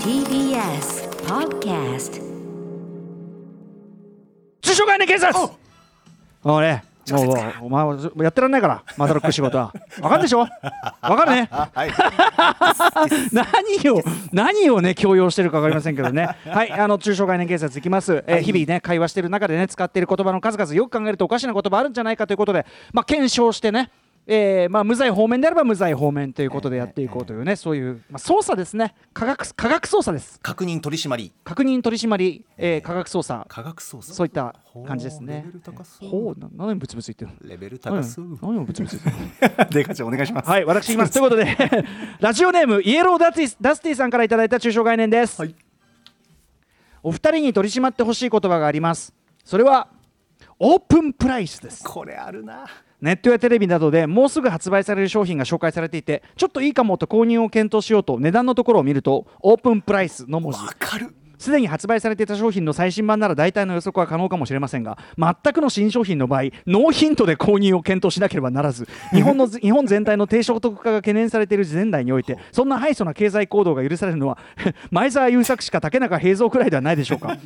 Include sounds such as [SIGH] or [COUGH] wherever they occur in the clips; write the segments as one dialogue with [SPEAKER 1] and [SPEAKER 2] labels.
[SPEAKER 1] TBS Podcast
[SPEAKER 2] 通所外の警察もうねもう
[SPEAKER 3] 直接
[SPEAKER 2] もうお前はやってらんないからまだロック仕事はわかるでしょわかる [LAUGHS] ね
[SPEAKER 3] はい。
[SPEAKER 2] [LAUGHS] 何を何をね強要してるかわかりませんけど [LAUGHS] ねはいあの中小概念警察いきます、えー日々ね会話してる中でね使っている言葉の数々よく考えるとおかしな言葉あるんじゃないかということでまあ検証してねえーまあ、無罪方面であれば無罪方面ということでやっていこうというね、そういう、まあ、捜査ですね科学、科学捜査です、
[SPEAKER 3] 確認取り締まり。
[SPEAKER 2] 確認取り締まり、えー科学捜査、
[SPEAKER 3] 科学捜査。
[SPEAKER 2] そういった感じですね
[SPEAKER 3] ほうレベル高そう。
[SPEAKER 2] ほう、な何をぶつぶつ言ってるの
[SPEAKER 3] レベル
[SPEAKER 2] う
[SPEAKER 3] 高そ
[SPEAKER 2] ん
[SPEAKER 3] う。
[SPEAKER 2] 何をぶつぶつ言ってるの
[SPEAKER 3] [LAUGHS] でかちゃんお願いします。
[SPEAKER 2] はい、私いきます。ということで、ラジオネーム、イエローダティスダスティさんからいただいた抽象概念です。
[SPEAKER 3] はい
[SPEAKER 2] お二人に取り締まってほしい言葉があります。それは、オープンプライスです。
[SPEAKER 3] [LAUGHS] これあるな。
[SPEAKER 2] ネットやテレビなどでもうすぐ発売される商品が紹介されていて、ちょっといいかもと購入を検討しようと、値段のところを見ると、オープンプライスの文字。
[SPEAKER 3] わかる。
[SPEAKER 2] すでに発売されていた商品の最新版なら大体の予測は可能かもしれませんが全くの新商品の場合ノーヒントで購入を検討しなければならず日本の日本全体の低所得化が懸念されている現代においてそんな敗訴な経済行動が許されるのは [LAUGHS] 前澤友作しか竹中平蔵くらいではないでしょうか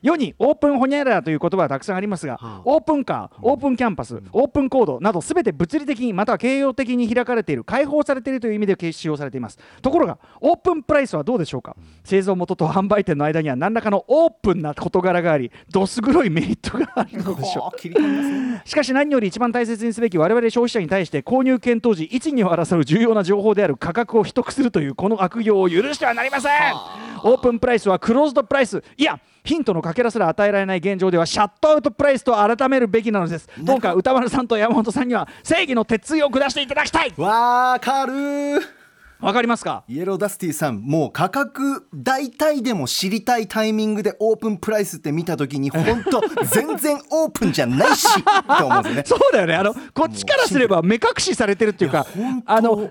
[SPEAKER 2] 世にオープンホニャララという言葉はたくさんありますがオープンカーオープンキャンパスオープンコードなど全て物理的にまたは形容的に開かれている開放されているという意味で使用されていますところがオープンプライスはどうでしょうか製造元と販売店の間には何らかのオープンな事柄がありどす黒いメリットがあるのでしょう
[SPEAKER 3] ほう切り込みますね
[SPEAKER 2] しかし何より一番大切にすべき我々消費者に対して購入検討時一二を争う重要な情報である価格を秘匿するというこの悪行を許してはなりませんオープンプライスはクローズドプライスいやヒントのかけらすら与えられない現状ではシャットアウトプライスと改めるべきなのですどうか歌丸さんと山本さんには正義の鉄槌を下していただきたい
[SPEAKER 3] わかる。
[SPEAKER 2] わかりますか
[SPEAKER 3] イエローダスティさんもう価格大体でも知りたいタイミングでオープンプライスって見た時
[SPEAKER 2] [LAUGHS]
[SPEAKER 3] に本当全然オープンじゃないしって思うんですよね
[SPEAKER 2] そうだよねあのこっちからすれば目隠しされてるっていうか
[SPEAKER 3] いや本当
[SPEAKER 2] あの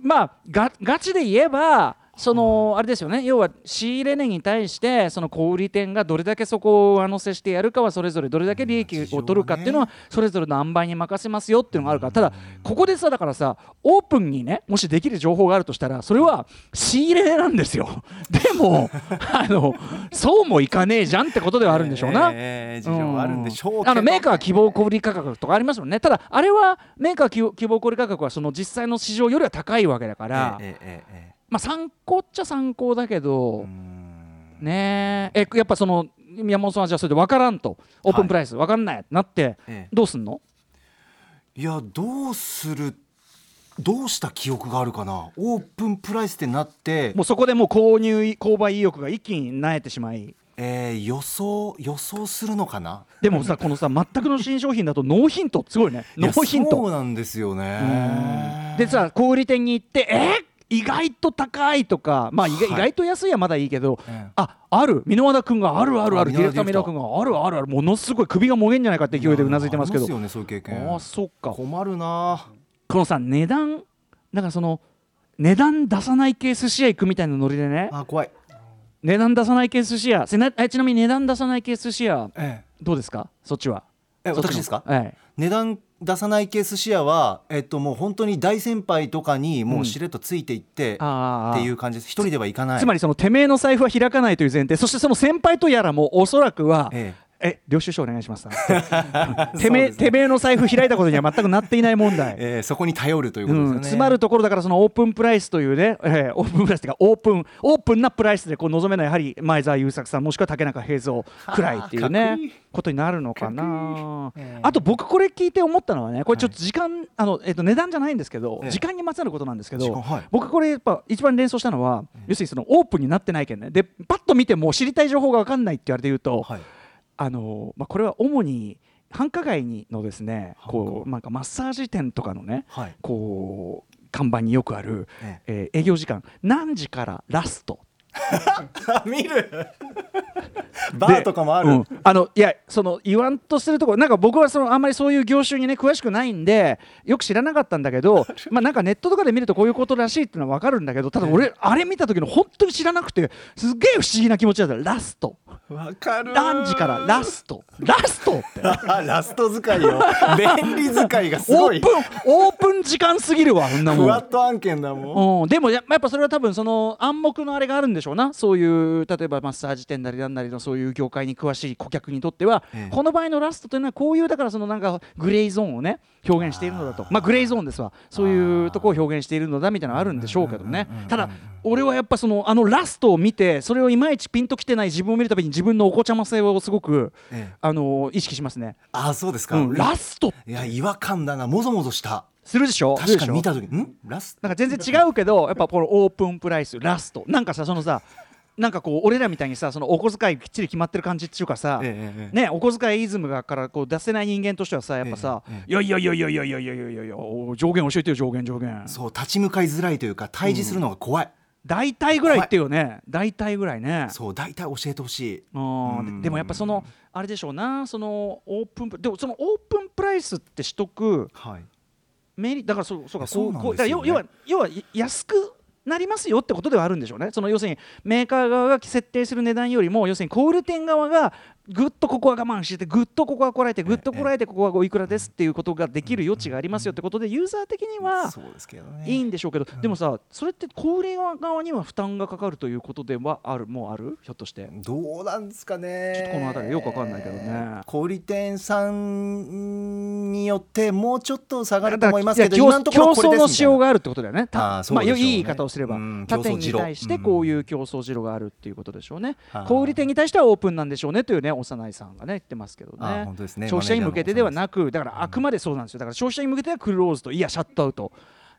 [SPEAKER 2] まあがガチで言えばそのあれですよね要は仕入れ値に対してその小売店がどれだけそこを上乗せしてやるかはそれぞれどれだけ利益を取るかっていうのはそれぞれの塩梅に任せますよっていうのがあるからただここでさだからさオープンにねもしできる情報があるとしたらそれは仕入れ値なんですよでもあのそうもいかねえじゃんってことではあるんでしょうな。
[SPEAKER 3] えー事情はあるんでしょうけど、
[SPEAKER 2] あのメーカー希望小売価格とかありますもんねただあれはメーカー希望希望小売価格はその実際の市場よりは高いわけだから、
[SPEAKER 3] えええええ
[SPEAKER 2] まあ参考っちゃ参考だけど、
[SPEAKER 3] えうーん
[SPEAKER 2] ねええやっぱその宮本さんはじゃあそれで分からんとオープンプライス分かんないってなって、
[SPEAKER 3] ええ
[SPEAKER 2] どうすんの
[SPEAKER 3] いやどうするどうした記憶があるかなオープンプライスってなって
[SPEAKER 2] もうそこでもう購入購買意欲が一気に萎えてしまい
[SPEAKER 3] えー予想予想するのかな
[SPEAKER 2] でもさこのさ全くの新商品だとノーヒントすごいねノーヒン
[SPEAKER 3] いやそ
[SPEAKER 2] ト
[SPEAKER 3] うなんですよ
[SPEAKER 2] うん
[SPEAKER 3] ね
[SPEAKER 2] でさ小売店に行ってえ意外と高いとか、まあ、意外意外と安いはまだいいけど、
[SPEAKER 3] ええ
[SPEAKER 2] あある箕輪田君があるあるあるデ
[SPEAKER 3] 箕
[SPEAKER 2] ィ
[SPEAKER 3] 輪
[SPEAKER 2] レク
[SPEAKER 3] 田
[SPEAKER 2] ター箕輪
[SPEAKER 3] ディレクター
[SPEAKER 2] 君があるあるあるものすごい首がもげんじゃないかって勢いでうなずいてますけど
[SPEAKER 3] ありよねそういう経験
[SPEAKER 2] ああそっかこ
[SPEAKER 3] 困るな
[SPEAKER 2] のさ値段だからその値段出さない系寿司屋行くみたいなノリでね
[SPEAKER 3] あ怖い
[SPEAKER 2] 値段出さない系寿司屋せなえちなみに値段出さない系寿司屋
[SPEAKER 3] え
[SPEAKER 2] どうですかそっちは
[SPEAKER 3] ええ
[SPEAKER 2] そっちの
[SPEAKER 3] 私ですか
[SPEAKER 2] はい
[SPEAKER 3] 値段出さないケースシェアは、えっと、もう本当に大先輩とかにもうしれっとついていって、
[SPEAKER 2] ああ
[SPEAKER 3] っていう感じです一人では行かない
[SPEAKER 2] つまりそのてめえの財布は開かないという前提そしてその先輩とやらもおそらくは、
[SPEAKER 3] え
[SPEAKER 2] え領収書お願いします
[SPEAKER 3] [LAUGHS] え
[SPEAKER 2] てめえ、
[SPEAKER 3] そうですね
[SPEAKER 2] てめえの財布開いたことには全くなっていない問題。
[SPEAKER 3] ええそこに頼るというこ
[SPEAKER 2] う
[SPEAKER 3] とですよ
[SPEAKER 2] ん、
[SPEAKER 3] ね、
[SPEAKER 2] 詰まるところだからそのオープンプライスというね、 [LAUGHS] えーオープンプライスというかオープンオープンなプライスでこう望めないやはり前澤友作さんもしくは竹中平蔵くらいっていう
[SPEAKER 3] はあか
[SPEAKER 2] ね
[SPEAKER 3] っこいい
[SPEAKER 2] ことになるのかな
[SPEAKER 3] っこいいええ
[SPEAKER 2] あと僕これ聞いて思ったのはねこれちょっと時間、あのえっと値段じゃないんですけど、
[SPEAKER 3] ええ
[SPEAKER 2] 時間にまつわることなんですけ
[SPEAKER 3] 時
[SPEAKER 2] ど、
[SPEAKER 3] 間はい
[SPEAKER 2] 僕これやっぱ一番連想したのは、要するにそのオープンになってないけんねでパッと見ても知りたい情報が分かんないって言われて言うと、
[SPEAKER 3] はい
[SPEAKER 2] あのまあ、これは主に繁華街にのですねこうなんかマッサージ店とかのね
[SPEAKER 3] はい
[SPEAKER 2] こう看板によくある、
[SPEAKER 3] え
[SPEAKER 2] えー営業時間何時からラスト
[SPEAKER 3] 見る
[SPEAKER 2] で
[SPEAKER 3] バーとかもある、
[SPEAKER 2] うんあのいやその言わんとしてるところなんか僕はそのあんまりそういう業種にね詳しくないんでよく知らなかったんだけどまあなんかネットとかで見るとこういうことらしいっていうのは分かるんだけどただ俺あれ見た時の本当に知らなくてすっげえ不思議な気持ちだったラスト
[SPEAKER 3] わかる
[SPEAKER 2] 何時からラストラストって
[SPEAKER 3] あ [LAUGHS] ラスト使
[SPEAKER 2] [LAUGHS]
[SPEAKER 3] いよ便利使いがす
[SPEAKER 2] オ
[SPEAKER 3] ご
[SPEAKER 2] ー
[SPEAKER 3] い
[SPEAKER 2] プンオープン時間すぎるわこんな
[SPEAKER 3] ふ
[SPEAKER 2] も
[SPEAKER 3] わ
[SPEAKER 2] ん
[SPEAKER 3] っと案件だもん
[SPEAKER 2] うん、でもややっぱそれは多分その暗黙のあれがあるんでしょうなそういう例えばマッサージ店なりなんなりのそういう業界に詳しい顧客にとっては、
[SPEAKER 3] ええ
[SPEAKER 2] この場合のラストというのはこういうだからそのなんかグレーゾーンをね表現しているのだとまあグレーゾーンですわそういうとこを表現しているのだみたいなのあるんでしょうけどねただ俺はやっぱそのあのラストを見てそれをいまいちピンときてない自分を見るたびに自分のおこちゃま性をすごく、
[SPEAKER 3] ええ
[SPEAKER 2] あの意識しますね、
[SPEAKER 3] あそうですか、
[SPEAKER 2] うん、ラスト
[SPEAKER 3] いや違和感だなもぞもぞした
[SPEAKER 2] するでしょ
[SPEAKER 3] 確か
[SPEAKER 2] するでし
[SPEAKER 3] に
[SPEAKER 2] ょ
[SPEAKER 3] 見た時んラス
[SPEAKER 2] なんか全然違うけどやっぱこのオープンプライスラストなんかさそのさなんかこう俺らみたいにさそのお小遣いきっちり決まってる感じっていうかさ、
[SPEAKER 3] ええええ
[SPEAKER 2] ね、お小遣いイズムがからこう出せない人間としてはさやっぱさ「
[SPEAKER 3] え
[SPEAKER 2] いやいやいやいやいやいやいやいやいやいやお上限教えてよ上限上限
[SPEAKER 3] そう立ち向かいづらいというか対峙するのが怖い、」
[SPEAKER 2] 大体ぐらい言ってよね大体ぐらいね。
[SPEAKER 3] そう大体教えてほしい
[SPEAKER 2] あ
[SPEAKER 3] う
[SPEAKER 2] ー
[SPEAKER 3] ん
[SPEAKER 2] ででもやっぱそのあれでしょうなそのオープンプでもそのオープンプライスって取得
[SPEAKER 3] はい
[SPEAKER 2] メリだからそうそうか
[SPEAKER 3] そ
[SPEAKER 2] こう
[SPEAKER 3] うなん
[SPEAKER 2] こう
[SPEAKER 3] ですよね
[SPEAKER 2] だから要要は要は安くなりますよってことではあるんでしょうね。その要するにメーカー側が設定する値段よりも要するに小売店側がぐっとここは我慢してぐっとここはこらえてぐっとこらえてここはおいくらですっていうことができる余地がありますよってことでユーザー的には
[SPEAKER 3] そうですけどね
[SPEAKER 2] いいんでしょうけどでもさそれって小売側には負担がかかるということではあるもうあるひょっとして。
[SPEAKER 3] どうなんですかね
[SPEAKER 2] ちょっとこの辺りよくわかんないけどね
[SPEAKER 3] 小売店さんによってもうちょっと下がる
[SPEAKER 2] だ
[SPEAKER 3] と
[SPEAKER 2] か
[SPEAKER 3] 思
[SPEAKER 2] ら
[SPEAKER 3] いますけど
[SPEAKER 2] いや競
[SPEAKER 3] 今のところこれ
[SPEAKER 2] 競争
[SPEAKER 3] です
[SPEAKER 2] の
[SPEAKER 3] みた
[SPEAKER 2] し
[SPEAKER 3] い
[SPEAKER 2] よう
[SPEAKER 3] な
[SPEAKER 2] があるってことだよね。た
[SPEAKER 3] あーそう
[SPEAKER 2] まあ
[SPEAKER 3] でしょう
[SPEAKER 2] よ
[SPEAKER 3] ね
[SPEAKER 2] いい言い方をすれば
[SPEAKER 3] うん
[SPEAKER 2] 他
[SPEAKER 3] 競
[SPEAKER 2] 店
[SPEAKER 3] 争
[SPEAKER 2] に
[SPEAKER 3] 二郎
[SPEAKER 2] 対してこういう競争次郎があるっていうことでしょうね
[SPEAKER 3] あ。ー
[SPEAKER 2] 小売店に対してはオープンなんでしょうねというね幼いさんがね言ってますけど
[SPEAKER 3] あー
[SPEAKER 2] ね
[SPEAKER 3] 本当ですね
[SPEAKER 2] 消費者に向けてではなくだからあくまでそうなんですよだから消費者に向けてはクローズといやシャットアウト。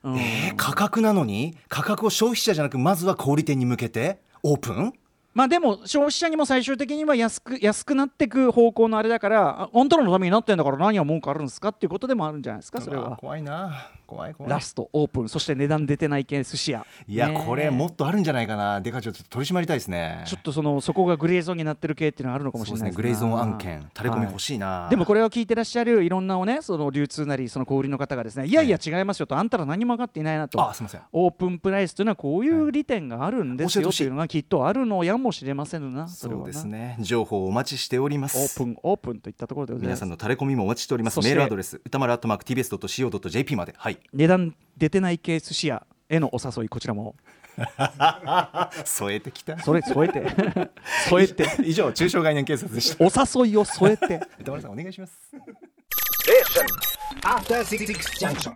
[SPEAKER 2] うん
[SPEAKER 3] えー価格なのに価格を消費者じゃなくまずは小売店に向けてオープン
[SPEAKER 2] まあでも消費者にも最終的には安く安くなっていく方向のあれだからああんたらのためになってんだから何が文句あるんですかっていうことでもあるんじゃないですかそれ
[SPEAKER 3] うわ
[SPEAKER 2] は。
[SPEAKER 3] 怖いな怖い怖い
[SPEAKER 2] ラストオープンそして値段出てない系寿司屋
[SPEAKER 3] いや、
[SPEAKER 2] ねえ
[SPEAKER 3] これもっとあるんじゃないかなデカ長ちょっと取り締まりたいですね
[SPEAKER 2] ちょっとそのそこがグレーゾーンになってる系っていうのはあるのかもし
[SPEAKER 3] そ
[SPEAKER 2] れ
[SPEAKER 3] うです
[SPEAKER 2] ない
[SPEAKER 3] ねグレーゾーン案件垂れ込み欲
[SPEAKER 2] しい
[SPEAKER 3] しいな、
[SPEAKER 2] でもこれを聞いてらっしゃるいろんなおねその流通なりその小売りの方がですねいやいや違いますよとあんたら何も分かっていないなと
[SPEAKER 3] あすいません
[SPEAKER 2] オープンプライスというのはこういう利点があるんです
[SPEAKER 3] はい
[SPEAKER 2] よ
[SPEAKER 3] 教えてほしい
[SPEAKER 2] というのがきっとあるのやもしれませんなそれは
[SPEAKER 3] そう
[SPEAKER 2] な
[SPEAKER 3] ですね情報をお待ちしております
[SPEAKER 2] オープンオープンといったところでございま
[SPEAKER 3] 皆
[SPEAKER 2] す
[SPEAKER 3] さんの垂れ込みもお待ちしております
[SPEAKER 2] そし
[SPEAKER 3] メ
[SPEAKER 2] て
[SPEAKER 3] ールアドレス歌丸アットマーク TBS.CO.JP まではい
[SPEAKER 2] 値段出てない系寿司屋へのお誘いこちらも
[SPEAKER 3] [LAUGHS] 添えてきた
[SPEAKER 2] それ添え
[SPEAKER 3] [LAUGHS]
[SPEAKER 2] て添えて
[SPEAKER 3] 以上中小概念警察で [LAUGHS] した
[SPEAKER 2] お誘いを添えて
[SPEAKER 3] 歌丸さんお願いします
[SPEAKER 4] After Six Junction.